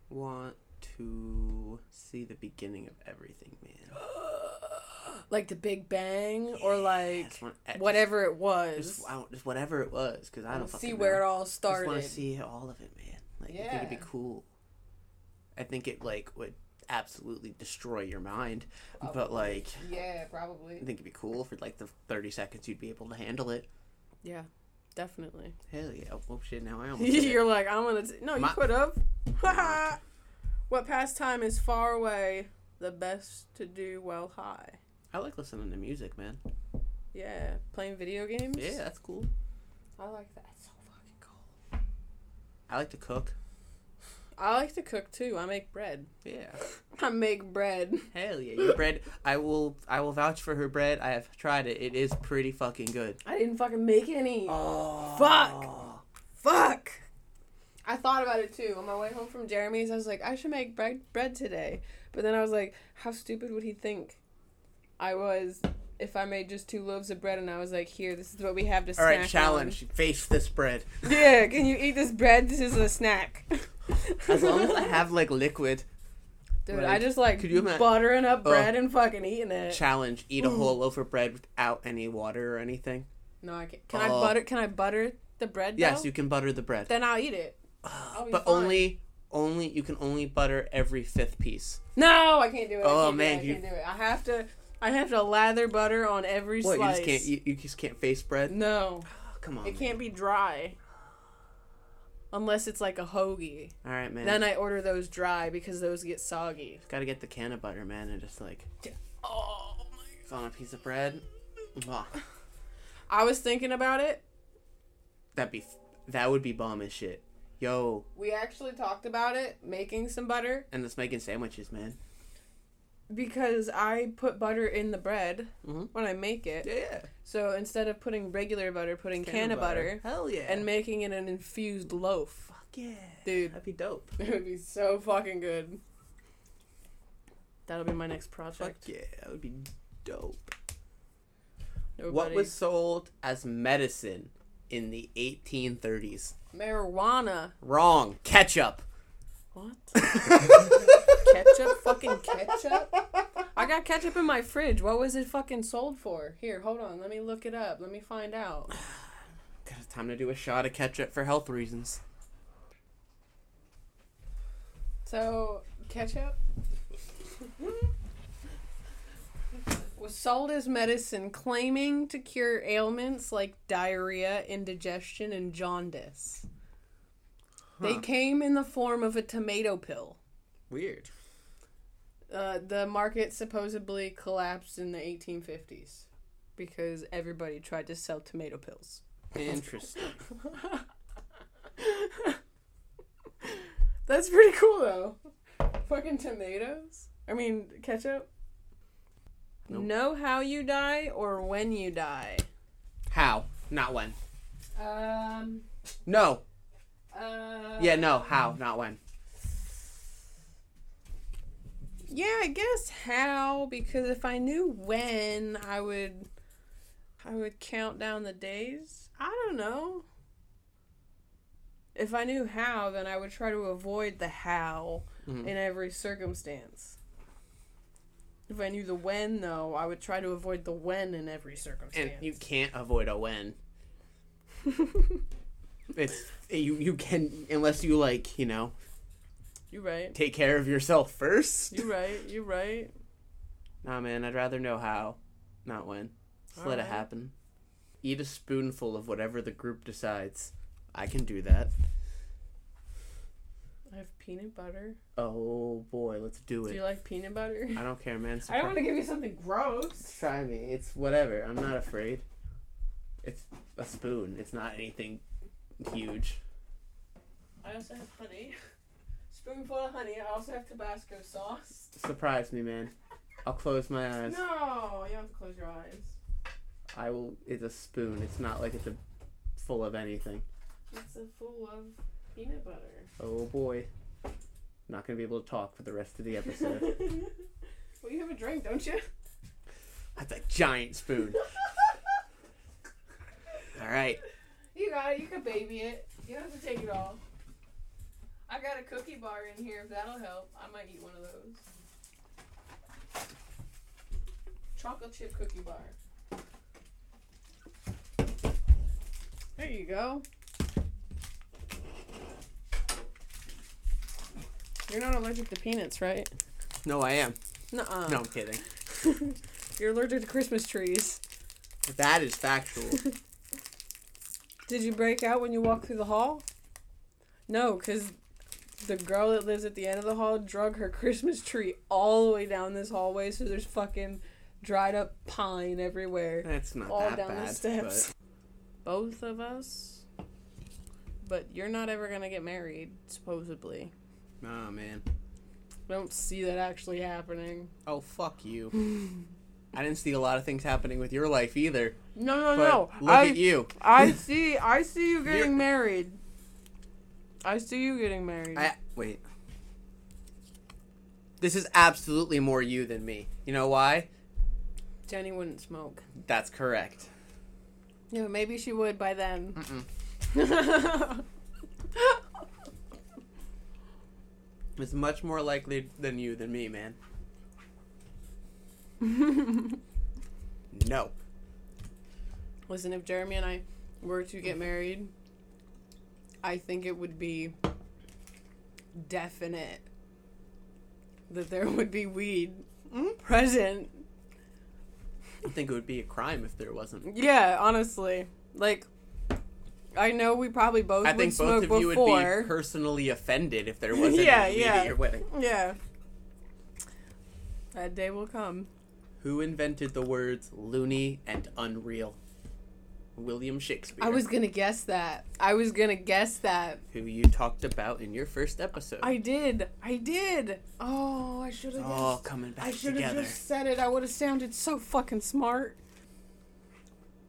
B: want to see the beginning of everything, man.
A: Like the Big Bang or
B: I
A: like
B: just want- I just-
A: whatever it was.
B: e-, Just, I don't- just whatever it was, because I don't fucking
A: see where
B: know.
A: it all
B: Just
A: started.
B: want to see all of it, man. Like I think it'd be
A: Yeah.
B: cool. I think it like would absolutely destroy your mind, but like
A: Oh, Yeah,
B: I
A: probably.
B: think it'd be cool for like the thirty seconds you'd be able to handle it.
A: Yeah. Definitely.
B: Hell yeah. Oh shit, now I almost did it.
A: You're like, I'm gonna. T- no, you
B: My-
A: could have.
B: Mocked.
A: what pastime is far away? The best to do while high.
B: I like listening to music, man.
A: Yeah, playing video games.
B: Yeah, that's cool.
A: I like that. It's so fucking cool.
B: I like to cook.
A: I like to cook too. I make bread.
B: Yeah.
A: I make bread.
B: Hell yeah. Your bread I will I will vouch for her bread. I have tried it. It is pretty fucking good.
A: I didn't fucking make any.
B: Oh
A: Fuck. I thought about it too on my way home from Jeremy's. I was like, I should make bread bread today, but then I was like, how stupid would he think I was if I made just two loaves of bread and I was like, here, this is what we have to.
B: All
A: snack
B: right,
A: on."
B: challenge. Face this bread.
A: Yeah, can you eat this bread? This is a snack.
B: As long as I have like liquid
A: Dude,
B: like,
A: I just like
B: could you ima-
A: buttering up
B: Oh.
A: bread and fucking eating it.
B: challenge, eat a whole loaf of bread without any water or anything.
A: No, I can't. Can I
B: Oh.
A: butter? Can I butter the bread?
B: Yes,
A: though?
B: you can butter the bread.
A: Then I'll eat it. I'll be
B: but
A: fine.
B: only only you can only butter every fifth piece.
A: No, I can't do it.
B: Oh,
A: I can't
B: man,
A: do it. I
B: you-
A: can't do it. I have to. I have to lather butter on every
B: What
A: slice.
B: you just can't you, you just can't face bread?
A: No,
B: Oh, come on.
A: it
B: man.
A: can't be dry. Unless it's like a hoagie.
B: All right, man.
A: Then I order those dry because those get soggy.
B: Got to get the can of butter, man, and just like
A: Oh my
B: it's on a piece of bread. Mwah.
A: I was thinking about it.
B: That'd be that would be bomb as shit. Yo,
A: We actually talked about it, making some butter
B: and it's making sandwiches, man.
A: because I put butter in the bread
B: Mhm.
A: when I make it.
B: Yeah,
A: So instead of putting regular butter, putting can, of butter,
B: Hell yeah.
A: and making it an infused loaf.
B: fuck yeah,
A: Dude.
B: that'd be dope.
A: It would be so fucking good. That'll be my next project.
B: yeah, that would be dope. What
A: Nobody-
B: was sold as medicine in the 1830s?
A: marijuana?
B: Wrong. Ketchup.
A: What? ketchup? Fucking ketchup? I got ketchup in my fridge. What was it fucking sold for? Here, hold on. Let me look it up. Let me find out.
B: God, it's time to do a shot of ketchup for health reasons.
A: So, ketchup was sold as medicine, claiming to cure ailments like diarrhea, indigestion, and jaundice. They
B: Huh.
A: came in the form of a tomato pill.
B: Weird.
A: Uh, the market supposedly collapsed in the 1850s because everybody tried to sell tomato pills.
B: Interesting.
A: That's pretty cool though. Fucking tomatoes. I mean ketchup.
B: Nope.
A: Know how you die or when you die.
B: How? Not when.
A: Um.
B: No.
A: Uh,
B: Yeah, no. How? Not when.
A: Yeah, I guess how because if I knew when, I would, I would count down the days. I don't know. If I knew how, then I would try to avoid the how
B: Mhm.
A: in every circumstance. If I knew the when, though, I would try to avoid the when in every
B: And
A: circumstance.
B: you can't avoid a when. It's you. You can unless you like you know
A: you right.
B: take care of yourself first.
A: You right. You right.
B: Nah, man. I'd rather know how, not when. Just let
A: Alright.
B: it happen. Eat a spoonful of whatever the group decides. I can do that.
A: I have peanut butter.
B: Oh boy, let's do
A: Do
B: it.
A: you like peanut butter?
B: I don't care, man.
A: I don't
B: Surpri-
A: want to give you something gross.
B: Try me. It's whatever. I'm not afraid. It's a spoon. It's not anything huge.
A: I also have honey. Spoonful of honey. I also have Tabasco sauce.
B: Surprise me, man. I'll close my eyes.
A: No, you don't have to close your eyes.
B: I will. It's a spoon. It's not like it's a full of anything.
A: It's a full of peanut butter.
B: Oh boy. Not gonna be able to talk for the rest of the episode.
A: well, you have a drink, don't you?
B: That's a giant spoon. All right.
A: You got it. You can baby it. You don't have to take it all. I got a cookie bar in here if that'll help. I might eat one of those. Chocolate chip cookie bar. There you go. You're not allergic to peanuts, right?
B: No, I am.
A: Nuh-uh.
B: No, I'm kidding.
A: You're allergic to Christmas trees.
B: That is factual.
A: Did you break out when you walked through the hall? No, because the girl that lives at the end of the hall drug her Christmas tree all the way down this hallway, so there's fucking dried up pine everywhere.
B: That's not
A: All
B: that
A: down the
B: bad,
A: steps. Both of us. But you're not ever gonna get married, supposedly.
B: but- oh man.
A: I don't see that actually happening.
B: Oh fuck you. I didn't see a lot of things happening with your life either.
A: No, no,
B: But
A: no.
B: look
A: I,
B: at you.
A: I see. I see you getting
B: You're-
A: married. I see you getting married.
B: I wait. This is absolutely more you than me. You know why?
A: Jenny wouldn't smoke.
B: That's correct.
A: Yeah, but maybe she would by then.
B: It's much more likely than you than me, man. No.
A: Listen, if Jeremy and I were to get married, I think it would be definite that there would be weed
B: Hmm?
A: present.
B: I think it would be a crime if there wasn't.
A: Yeah, honestly. Like, I know we probably both
B: I
A: would
B: think
A: smoke
B: both of you would
A: before.
B: be personally offended if there wasn't
A: Yeah,
B: yeah, weed
A: yeah.
B: at your wedding.
A: Yeah. That day will come.
B: Who invented the words loony and unreal? William Shakespeare.
A: I was gonna guess that. I was gonna guess that.
B: who you talked about in your first episode.
A: I did. I did. Oh, I should have.
B: It's all coming back
A: I should have
B: together.
A: just said it. I would have sounded so fucking smart.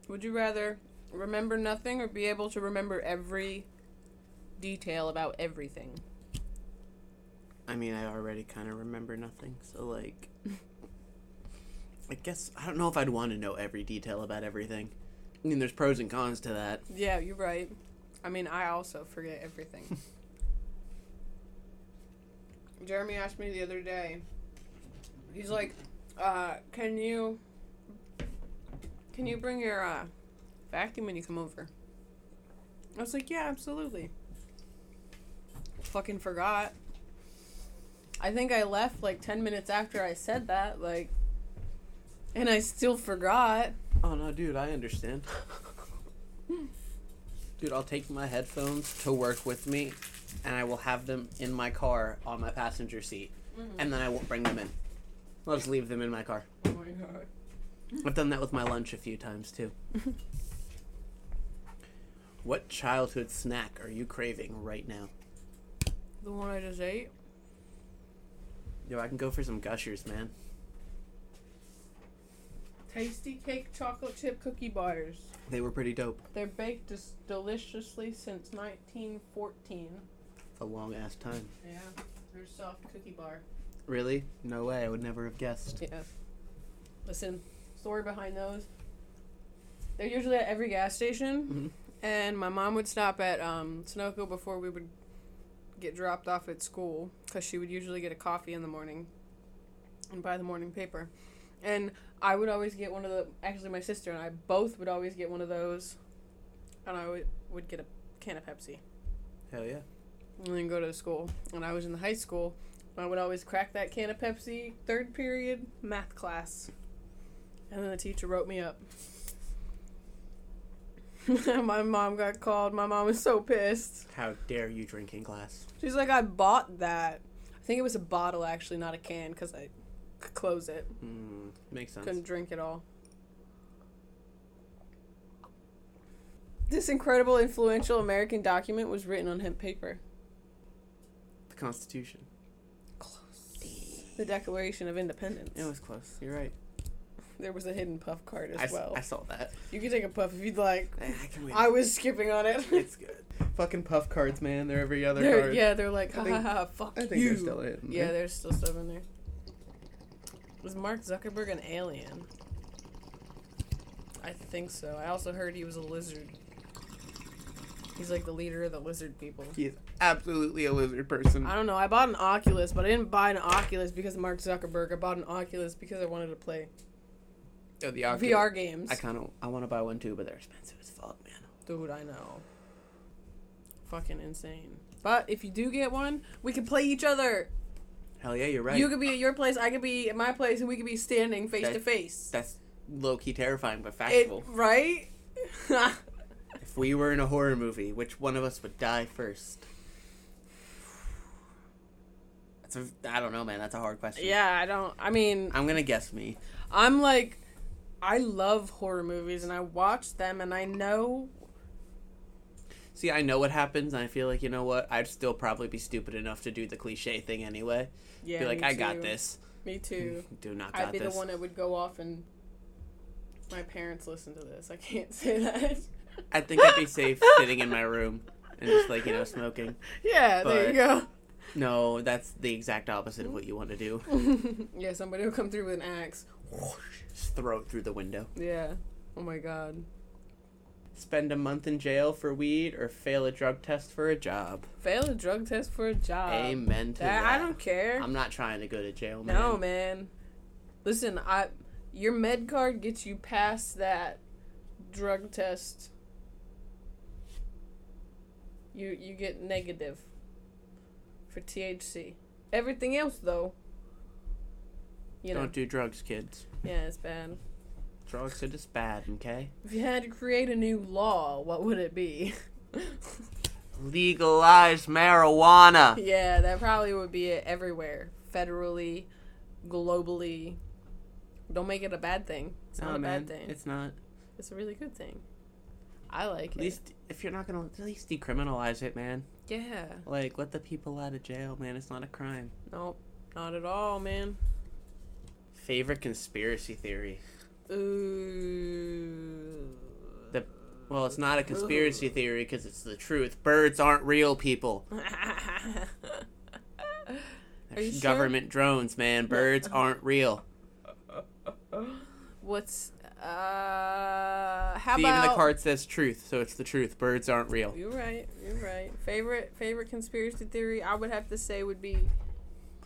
A: Would you rather remember nothing or be able to remember every detail about everything?
B: I mean, I already kind of remember nothing, so like, I guess I don't know if I'd want to know every detail about everything. I mean, there's pros and cons to that.
A: Yeah, you're right. I mean, I also forget everything. Jeremy asked me the other day. He's like, uh, "Can you can you bring your uh, vacuum when you come over?" I was like, "Yeah, absolutely." Fucking forgot. I think I left like 10 minutes after I said that, like and I still forgot.
B: Oh no, dude, I understand.
A: Oh
B: dude, I'll take my headphones to work with me, and I will have them in my car on my passenger seat, and then I won't bring them in. I'll just leave them in my car.
A: Oh my god.
B: I've done that with my lunch a few times too. what childhood snack are you craving right now?
A: The one I just ate.
B: Yo, I can go for some gushers, man.
A: Tasty cake chocolate chip cookie bars.
B: They were pretty dope.
A: They're baked as deliciously since 1914.
B: It's a long ass time.
A: Yeah, they're soft cookie bar.
B: Really? No way. I would never have guessed.
A: Yeah. Listen, story behind those. They're usually at every gas station,
B: Mhm.
A: and my mom would stop at um, Sunoco before we would get dropped off at school because she would usually get a coffee in the morning and buy the morning paper. And I would always get one of the. Actually, my sister and I both would always get one of those, and I would, would get a can of Pepsi
B: Hell yeah.
A: and then go to school. And I was in the high school. I would always crack that can of Pepsi third period math class. And then the teacher wrote me up. my mom got called. My mom was so pissed.
B: How dare you drink in class?
A: She's like, I bought that. I think it was a bottle, actually, not a can, because I could close it.
B: Mm, makes sense.
A: Couldn't drink it all. This incredible, influential American document was written on hemp paper.
B: The Constitution.
A: The Declaration of Independence.
B: It was close. You're right.
A: There was a hidden puff card
B: I,
A: as
B: s-
A: well.
B: I saw that.
A: you can take a puff if you'd like.
B: I, I can wait.
A: I was skipping on it.
B: it's good. Fucking puff cards, man. They're every other
A: They're-
B: card.
A: yeah, they're like, ha
B: I think-
A: ha ha, fuck
B: I think
A: you.
B: they're still in.
A: yeah, there's still stuff in there. Was Mark Zuckerberg an alien? I think so. I also heard he was a lizard. He's like the leader of the lizard people.
B: He is absolutely a lizard person.
A: I don't know. I bought an Oculus, but I didn't buy an Oculus because of Mark Zuckerberg. I bought an Oculus because I wanted to play
B: Oh, the Oculus.
A: VR games.
B: I kind of I want to buy one too, but they're expensive as fuck, man.
A: Dude, I know. Fucking insane. But if you do get one, we can play each other.
B: Hell yeah, you're right.
A: You could be at your place, I could be at my place, and we could be standing face to
B: That-
A: face.
B: That's low key terrifying, but
A: It
B: factual.
A: right?
B: if if we were in a horror movie, which one of us would die first? That's a, I don't know, man. That's a hard question.
A: Yeah, I don't. I mean,
B: I'm gonna guess me.
A: I'm like, I love horror movies and I watch them and I know.
B: See, I know what happens, and I feel like you know what. I'd still probably be stupid enough to do the cliche thing anyway.
A: Yeah,
B: be like,
A: me
B: I got
A: too.
B: this.
A: Me too.
B: Do not got
A: I'd be
B: this.
A: the one that would go off and. My parents listen to this. I can't say that.
B: I think I'd be safe sitting in my room and just like you know smoking.
A: Yeah, there you go.
B: No, that's the exact opposite of what you want to do.
A: yeah, somebody will come through with an axe.
B: Just throw it through the window.
A: Yeah. Oh my god.
B: Spend a month in jail for weed or fail a drug test for a job.
A: Fail a drug test for a job.
B: Amen to
A: That-
B: that.
A: Um, I don't care.
B: I'm not trying to go to jail, man.
A: no, man. Listen, I your med card gets you past that drug test. You you get negative for THC. Everything else though, you know,
B: Don't do drugs, kids.
A: yeah, it's bad.
B: Drugs are just bad, okay?
A: If you had to create a new law, what would it be?
B: Legalize marijuana.
A: Yeah, that probably would be it everywhere. Federally, globally. Don't make it a bad thing. It's
B: No,
A: not a
B: man,
A: bad thing. It's,
B: It's not.
A: a really good thing. I like
B: At
A: it.
B: least if you're not gonna, at least decriminalize it, man.
A: yeah.
B: Like let the people out of jail, man. It's not a crime.
A: Nope. Not at all, man.
B: Favorite conspiracy theory.
A: Ooh.
B: The- Well, it's not a conspiracy theory because it's the truth. Birds aren't real people.
A: Are you sure?
B: government drones, man. Birds aren't real.
A: What's uh how
B: See,
A: about
B: even the card says truth, so it's the truth. Birds aren't real.
A: You're right. You're right. Favorite favorite conspiracy theory I would have to say would be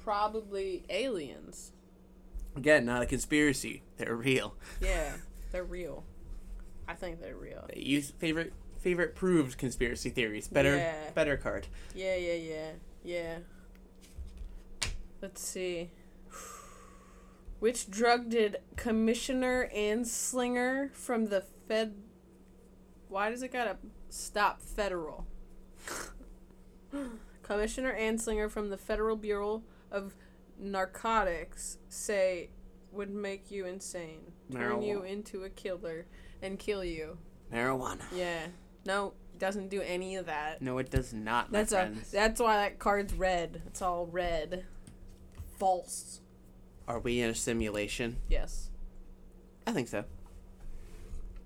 A: probably aliens.
B: Again, not a conspiracy. They're real.
A: Yeah, they're real. I think they're real.
B: Use favorite favorite proved conspiracy theories. Better
A: Yeah.
B: better card.
A: Yeah, yeah, yeah, yeah. Let's see. Which drug did Commissioner Anslinger from the Fed? Why does it gotta stop federal? Commissioner Anslinger from the Federal Bureau of Narcotics say would make you insane, turn you
B: Marijuana.
A: into a killer, and kill you.
B: Marijuana.
A: Yeah. No, doesn't do any of that.
B: No, it does not. My
A: That's a,
B: friends.
A: that's why that card's red. It's all red. False.
B: Are we in a simulation?
A: Yes.
B: I think so.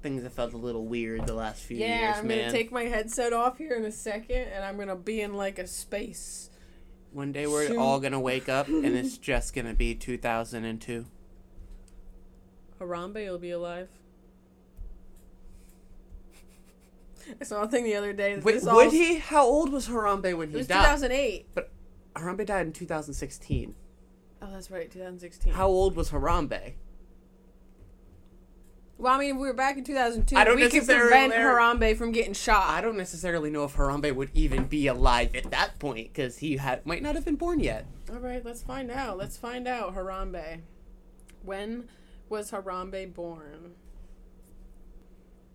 B: Things have felt a little weird the last few
A: Yeah,
B: years,
A: I'm
B: man.
A: gonna take my headset off here in a second, and I'm gonna be in like a space.
B: One day we're
A: Soon.
B: all gonna wake up and it's just gonna be 2002.
A: Harambe will be alive. I saw a thing the other day. That
B: Wait,
A: this
B: would
A: all,
B: he? How old was Harambe when
A: It
B: he
A: was
B: died?
A: 2008.
B: Harambe died in 2016.
A: Oh, that's right, 2016.
B: How old was Harambe?
A: well, I mean, if we were back in 2002.
B: I don't
A: we could
B: necessarily-
A: prevent Harambe from getting shot.
B: I don't necessarily know if Harambe would even be alive at that point because he had might not have been born yet.
A: All right, let's find out. Let's find out, Harambe. When was Harambe born?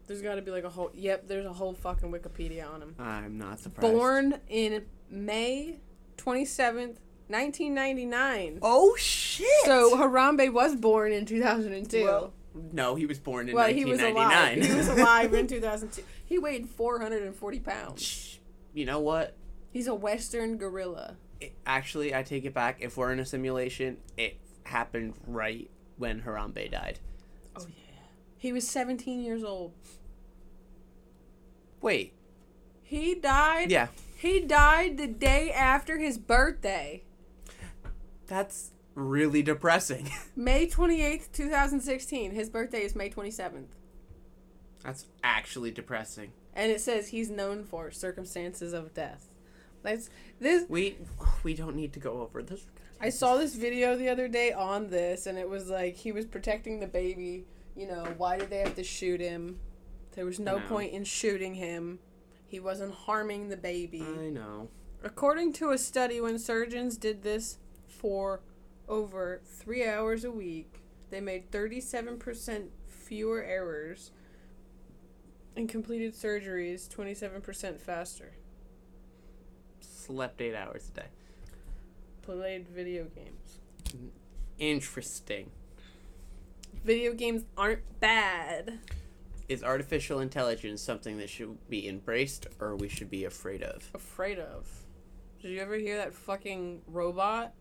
A: There's got to be like a whole. Yep, there's a whole fucking Wikipedia on him.
B: I'm not surprised.
A: Born in May 27th, 1999.
B: Oh shit!
A: So Harambe was born in 2002.
B: Well, no, he was born in
A: Well, he was alive.
B: 1999.
A: He was alive in 2002. He weighed 440 pounds.
B: Shh. you know what?
A: He's a Western gorilla.
B: It- actually, I take it back. If we're in a simulation, it happened right when Harambe died.
A: Oh yeah. He was 17 years old.
B: Wait,
A: He died
B: yeah,
A: He died the day after his birthday,
B: that's really depressing.
A: May 28th, 2016. His birthday is May 27th.
B: that's actually depressing.
A: And it says he's known for circumstances of death. That's this
B: We we don't need to go over this.
A: I saw this video the other day on this and it was like he was protecting the baby, you know, why did they have to shoot him? There was no,
B: No.
A: point in shooting him. He wasn't harming the baby.
B: I know.
A: According to a study, when surgeons did this for over three hours a week, they made 37% fewer errors And completed surgeries 27% faster.
B: Slept eight hours a day.
A: Played video games.
B: Interesting.
A: Video games aren't bad.
B: Is artificial intelligence something that should be embraced or we should be afraid of?
A: Afraid of. Did you ever hear that fucking robot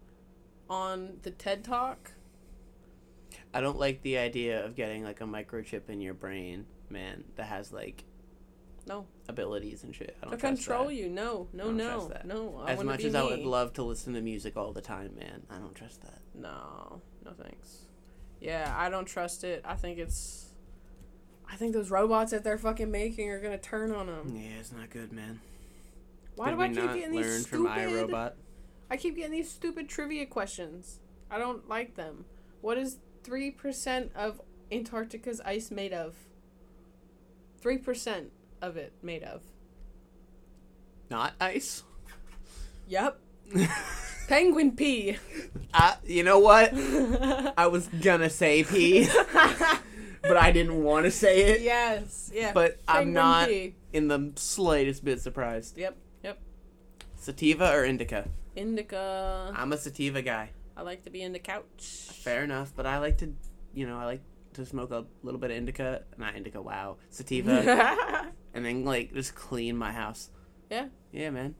A: on the TED Talk?
B: I don't like the idea of getting like a microchip in your brain, man, that has like
A: No.
B: abilities and shit. I don't
A: To
B: trust
A: control
B: that.
A: you. No, no,
B: don't
A: no.
B: trust that.
A: No. I
B: As
A: wanna
B: much
A: be
B: as I would
A: me.
B: love to listen to music all the time, man, I don't trust that.
A: No, no thanks. Yeah, I don't trust it. I think it's. I think those robots that they're fucking making are gonna turn on them.
B: Yeah, it's not good, man.
A: Why
B: Did
A: do I
B: we
A: keep
B: not
A: getting
B: learn
A: these
B: from
A: stupid?
B: iRobot?
A: I keep getting these stupid trivia questions. I don't like them. What is three percent of Antarctica's ice made of? Three percent of it made of.
B: Not ice.
A: Yep. Penguin pee.
B: I, you know what?
A: yes.
B: I was gonna say pee, but I didn't want to say it.
A: Yeah.
B: But I'm
A: Penguin
B: not
A: pee.
B: in the slightest bit surprised.
A: Yep. Yep.
B: Sativa or indica?
A: Indica.
B: I'm a sativa guy.
A: I like to be in the couch.
B: Fair enough, but I like to, you know, I like to smoke a little bit of indica, not indica, wow, sativa, and then like just clean my house.
A: Yeah.
B: Yeah, man.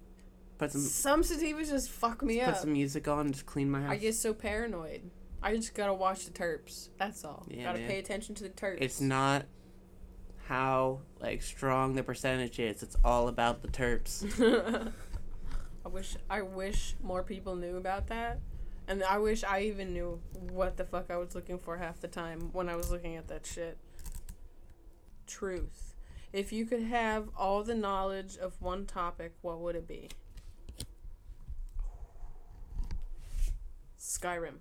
B: Put some
A: some sativas just fuck me
B: put
A: up.
B: some music on, and just clean my house.
A: I get so paranoid. I just gotta watch the terps. That's all.
B: Yeah,
A: gotta
B: man.
A: pay attention to the terps.
B: it's not how like strong the percentage is. It's all about the terps.
A: I wish I wish more people knew about that. And I wish I even knew what the fuck I was looking for half the time when I was looking at that shit. Truth. If you could have all the knowledge of one topic, what would it be? Skyrim.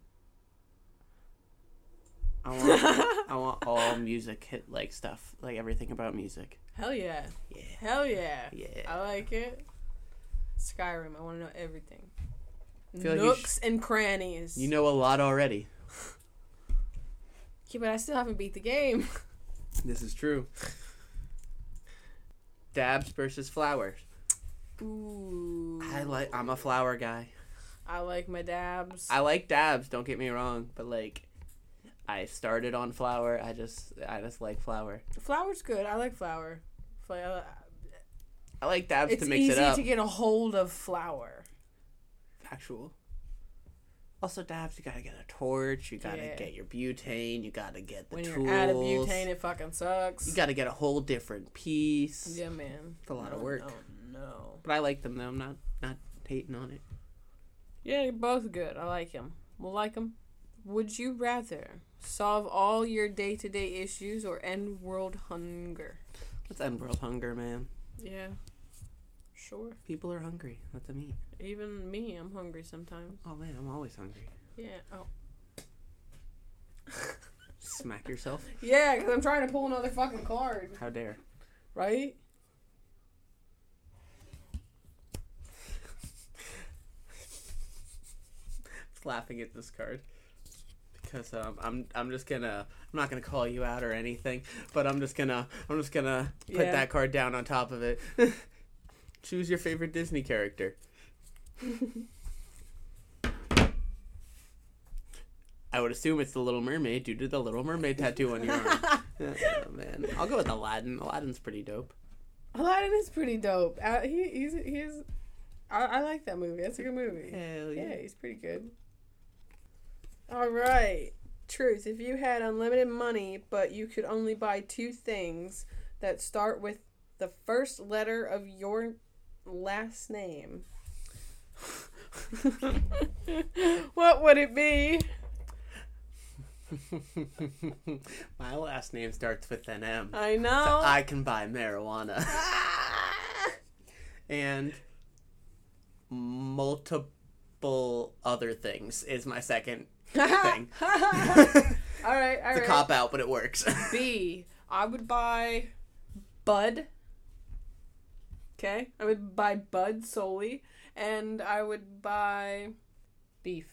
B: I want I want all music hit like stuff, like everything about music.
A: Hell yeah.
B: Yeah.
A: Hell yeah.
B: Yeah.
A: I like it. Skyrim. I want to know everything.
B: feel like you
A: Nooks and crannies.
B: You know a lot already.
A: Yeah, but I still haven't beat the game.
B: This is true. Dabs versus flowers.
A: Ooh.
B: I like I'm a flower guy.
A: I like my dabs.
B: I like dabs, don't get me wrong, but like I started on flower. I just I just like flower.
A: Flour's good. I like flour. Fla- uh,
B: I like dabs
A: It's
B: to mix
A: easy
B: it up.
A: to get a hold of flour.
B: Factual. Also, dabs, you gotta get a torch, you gotta
A: Yeah.
B: get your butane, you gotta get the
A: When
B: tools.
A: you're out of butane, it fucking sucks.
B: You gotta get a whole different piece.
A: yeah, man.
B: It's a lot of
A: No,
B: work.
A: No, no.
B: But I like them though. I'm not not hating on it.
A: Yeah, you're both good. I like him. We'll like him. Would you rather solve all your day to day issues or end world hunger?
B: Let's end world hunger, man.
A: Yeah. Sure.
B: People are hungry. Let them eat.
A: Even me, I'm hungry sometimes.
B: Oh man, I'm always hungry.
A: Yeah. Oh.
B: Smack yourself.
A: Yeah, because I'm trying to pull another fucking card.
B: How dare.
A: Right?
B: Just laughing at this card. Because um, I'm I'm just gonna I'm not gonna call you out or anything, but I'm just gonna I'm just gonna put
A: Yeah.
B: that card down on top of it. Choose your favorite Disney character. I would assume it's the Little Mermaid due to the Little Mermaid tattoo on your arm. oh, man, I'll go with Aladdin. Aladdin's pretty dope.
A: Aladdin is pretty dope. Uh, he, he's, he's, I, I like that movie. That's a good movie.
B: Hell
A: Yeah, he's pretty good. All right. Truth. If you had unlimited money, but you could only buy two things that start with the first letter of your last name, what would it be?
B: My last name starts with an M.
A: I know.
B: so I can buy marijuana and multiple other things is my second thing. it's
A: all right, all
B: a
A: right.
B: cop out, but it works.
A: B. I would buy Bud. Okay, I would buy Bud solely, and I would buy beef.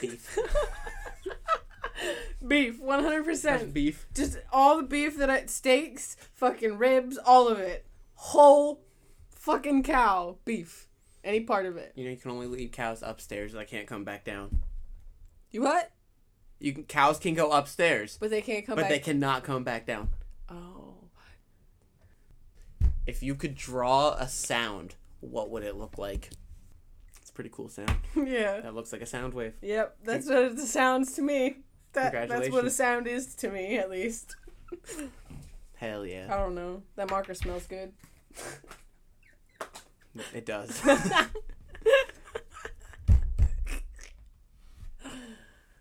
B: Beef.
A: Beef, one hundred
B: That's
A: percent.
B: beef.
A: Just all the beef that I steaks, fucking ribs, all of it. Whole fucking cow beef. Any part of it.
B: You know, you can only leave cows upstairs. They can't come back down.
A: You what?
B: You can, cows can go upstairs,
A: But they can't come
B: but
A: back.
B: they cannot come back down.
A: oh.
B: If you could draw a sound, what would it look like? It's a pretty cool sound.
A: yeah.
B: That looks like a sound wave.
A: Yep. That's what it sounds to me. That that's what a
B: Congratulations.
A: sound is to me, at least.
B: Hell
A: I
B: yeah,
A: don't know. That marker smells good. Oh.
B: it does.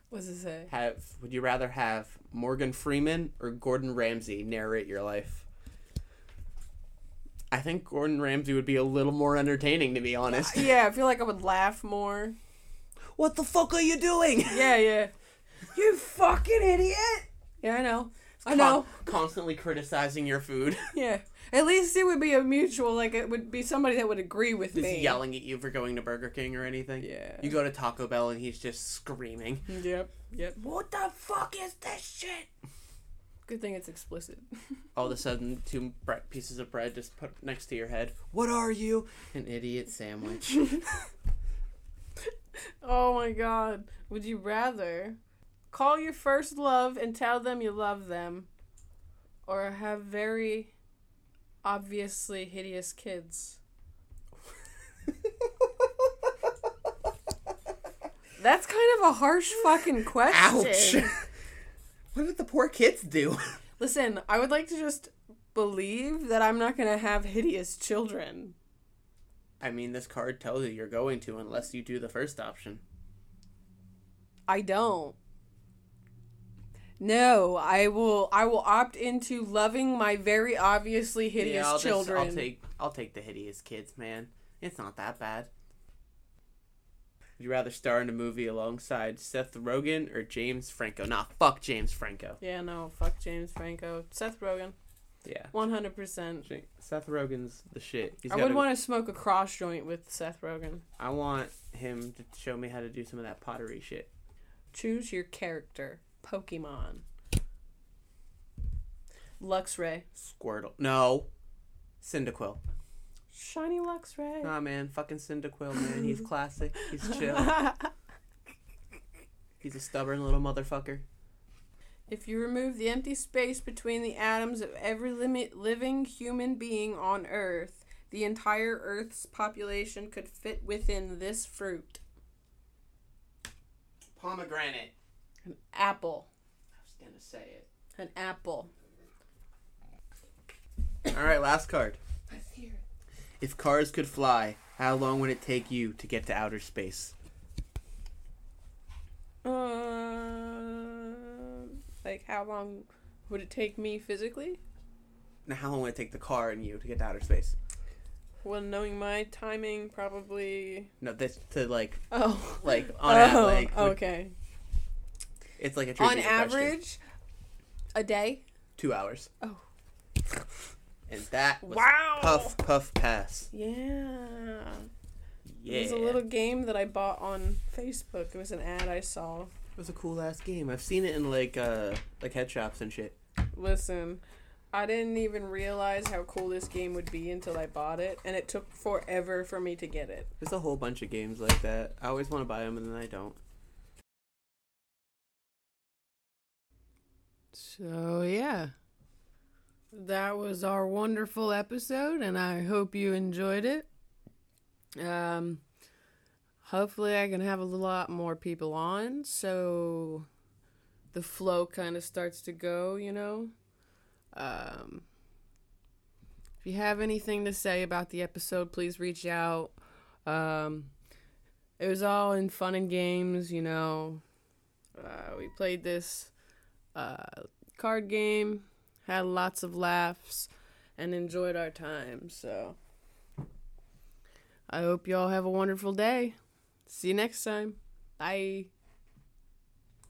A: What's it say?
B: have Would you rather have Morgan Freeman or Gordon Ramsay narrate your life? I think Gordon Ramsay would be a little more entertaining, to be honest.
A: Yeah, I feel like I would laugh more.
B: What the fuck are you doing?
A: Yeah, yeah.
B: You fucking idiot!
A: Yeah, I know. I know.
B: constantly criticizing your food.
A: Yeah. At least it would be a mutual, like it would be somebody that would agree with
B: Is
A: me.
B: he yelling at you for going to Burger King or anything?
A: Yeah.
B: You go to Taco Bell and he's just screaming.
A: Yep. Yep.
B: What the fuck is this shit?
A: Good thing it's explicit.
B: All of a sudden, two bre- pieces of bread just put next to your head. What are you? An idiot sandwich.
A: Oh my god. Would you rather call your first love and tell them you love them or have very obviously hideous kids? That's kind of a harsh fucking
B: Ouch.
A: question.
B: what did the poor kids do?
A: Listen, I would like to just believe that I'm not going to have hideous children.
B: I mean, this card tells you you're going to unless you do the first option.
A: I don't. No, I will. I will opt into loving my very obviously hideous
B: I'll
A: children.
B: Just, I'll take I'll take the hideous kids, man. It's not that bad. Would you rather star in a movie alongside Seth Rogen or James Franco? Nah, fuck James Franco.
A: yeah, no, fuck James Franco, Seth Rogen,
B: Yeah.
A: one hundred percent.
B: Ja- Seth Rogen's the shit. He's
A: I
B: got
A: would
B: a-
A: want to smoke a cross joint with Seth Rogen.
B: I want him to show me how to do some of that pottery shit.
A: Choose your character, Pokemon. Luxray,
B: Squirtle. No. Cyndaquil.
A: shiny Luxray.
B: Nah, man. Fucking Cyndaquil, man. He's classic. He's chill. He's a stubborn little motherfucker.
A: If you remove the empty space between the atoms of every limi- living human being on Earth, the entire Earth's population could fit within this fruit
B: Pomegranate.
A: an apple.
B: I was gonna say it.
A: An apple.
B: All right, last card.
A: Let's hear it.
B: If cars could fly, how long would it take you to get to outer space?
A: Um, Uh, like, how long would it take me physically?
B: Now, how long would it take the car and you to get to outer space?
A: Well, knowing my timing, probably.
B: No, this to like
A: Oh.
B: like on a-
A: Oh,
B: like would-
A: okay.
B: it's like a trivia
A: On
B: question.
A: average, a day.
B: two hours.
A: Oh.
B: And that was
A: Wow.
B: puff puff pass.
A: Yeah.
B: Yeah,
A: It was a little game that I bought on Facebook. It was an ad I saw.
B: cool ass game. I've seen it in like uh like head shops and shit.
A: Listen, I didn't even realize how cool this game would be until I bought it, and it took forever for me to get it.
B: There's a whole bunch of games like that. I always want to buy them and then I don't.
A: So, yeah.
C: That was our wonderful episode, and I hope you enjoyed it. Um, hopefully, I can have a lot more people on so the flow kind of starts to go, you know? Um, if you have anything to say about the episode, please reach out. Um, it was all in fun and games, you know. Uh, we played this uh, card game had lots of laughs and enjoyed our time. So I hope y'all have a wonderful day. See you next time. Bye.